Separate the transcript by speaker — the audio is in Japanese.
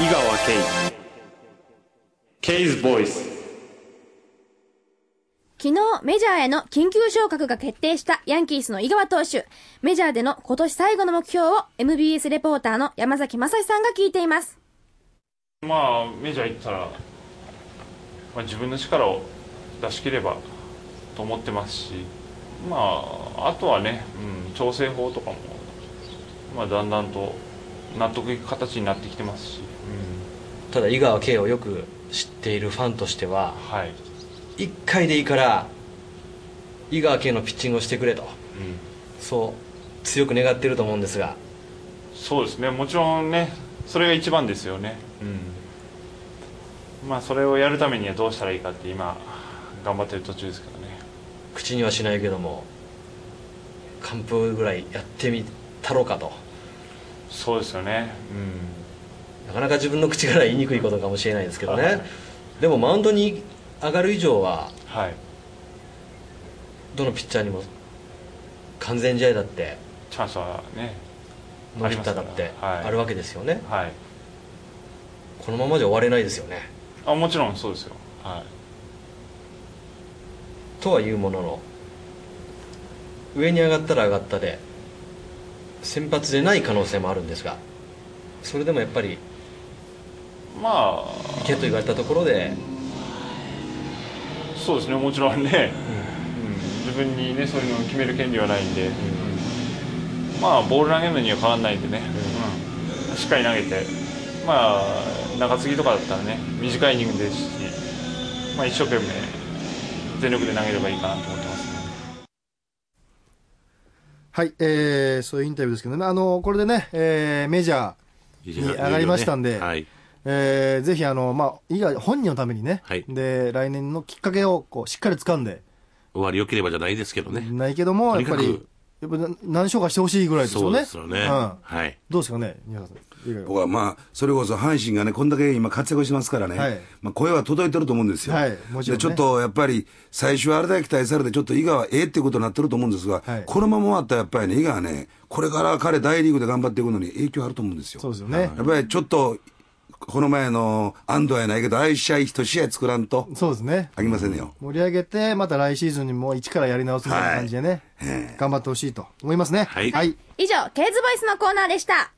Speaker 1: 井川圭 K's ボイス
Speaker 2: 昨日、メジャーへの緊急昇格が決定したヤンキースの井川投手。メジャーでの今年最後の目標を MBS レポーターの山崎正史さんが聞いています。
Speaker 3: まあメジャー行ったら、まあ、自分の力を出し切ればと思ってますし、まあ、あとはね、うん、調整法とかも、まあ、だんだんと納得いく形になってきてますし、
Speaker 4: ただ井川圭をよく知っているファンとしては
Speaker 3: うんはい、
Speaker 4: 1回でいいから井川圭のピッチングをしてくれと
Speaker 3: うん
Speaker 4: そう強く願っていると思うんですが
Speaker 3: そうですね、もちろんね、それが一番ですよね、まあ、それをやるためにはどうしたらいいかって、今、頑張ってる途中ですけどね。
Speaker 4: 口にはしないけども完封ぐらいやってみたろうかと
Speaker 3: そうですよね、
Speaker 4: なかなか自分の口から言いにくいことかもしれないですけど
Speaker 3: はい
Speaker 4: ねでもマウンドに上がる以上は
Speaker 3: はい、
Speaker 4: どのピッチャーにも完全試合だって
Speaker 3: チャンスはね、
Speaker 4: ノーヒッターだって
Speaker 3: ありますからはい
Speaker 4: あるわけですよね、
Speaker 3: はい、
Speaker 4: このままじゃ終われないですよね
Speaker 3: あもちろんそうですよ、はい、
Speaker 4: とはいうものの上に上がったら上がったで先発でない可能性もあるんですがそれでもやっぱり
Speaker 3: ま
Speaker 4: 行けと言われたところで
Speaker 3: あそうですねもちろんね、うん自分にねそういうのを決める権利はないんで、まあボール投げるのには変わらないんでね、うんしっかり投げてまあ中継ぎとかだったらね短いイニングですし、まあ、一生懸命全力で投げればいいかなと思ってますね
Speaker 5: はい、えー、そういうインタビューですけどね、あの、これでね、えー、メジャー、
Speaker 6: に
Speaker 5: 上がりましたんで
Speaker 6: はい。
Speaker 5: えー、ぜひあの、まあ、伊賀本人のためにね、
Speaker 6: はい
Speaker 5: で、来年のきっかけをこうしっかり掴んで、
Speaker 6: 終わり良ければじゃないですけどね。
Speaker 5: ないけども、
Speaker 6: と
Speaker 5: やっ
Speaker 6: に
Speaker 5: ぱ
Speaker 6: かく
Speaker 5: り、やっぱな何勝かしてほしいぐらいです
Speaker 6: そ
Speaker 5: よ
Speaker 6: う
Speaker 5: ね。
Speaker 6: ですよね。
Speaker 5: うん。
Speaker 6: はい。
Speaker 5: どうですかね、宮川さん。伊賀
Speaker 7: 僕はまあ、それこそ阪神がね、こんだけ今活躍してますからね、
Speaker 5: はい
Speaker 7: まあ声は届いてると思うんですよ。
Speaker 5: はいもちろんね
Speaker 7: でちょっとやっぱり、最初はあれだけ期待されて、ちょっと井川ええってことになってると思うんですが、
Speaker 5: はい
Speaker 7: このまま終わったらやっぱりね、井川ね、これから彼大リーグで頑張っていくのに影響あると思うんですよ。
Speaker 5: そうですよね
Speaker 7: やっぱりちょっと、この前の安藤やないけど、ああいう試合一試合作らんと、
Speaker 5: そうですね。
Speaker 7: あきませんよ。
Speaker 5: 盛り上げて、また来シーズンにも一からやり直すみたいな感じでね、頑張ってほしいと思いますね。
Speaker 6: はい
Speaker 5: はい。
Speaker 2: 以上、ケイズボイスのコーナーでした。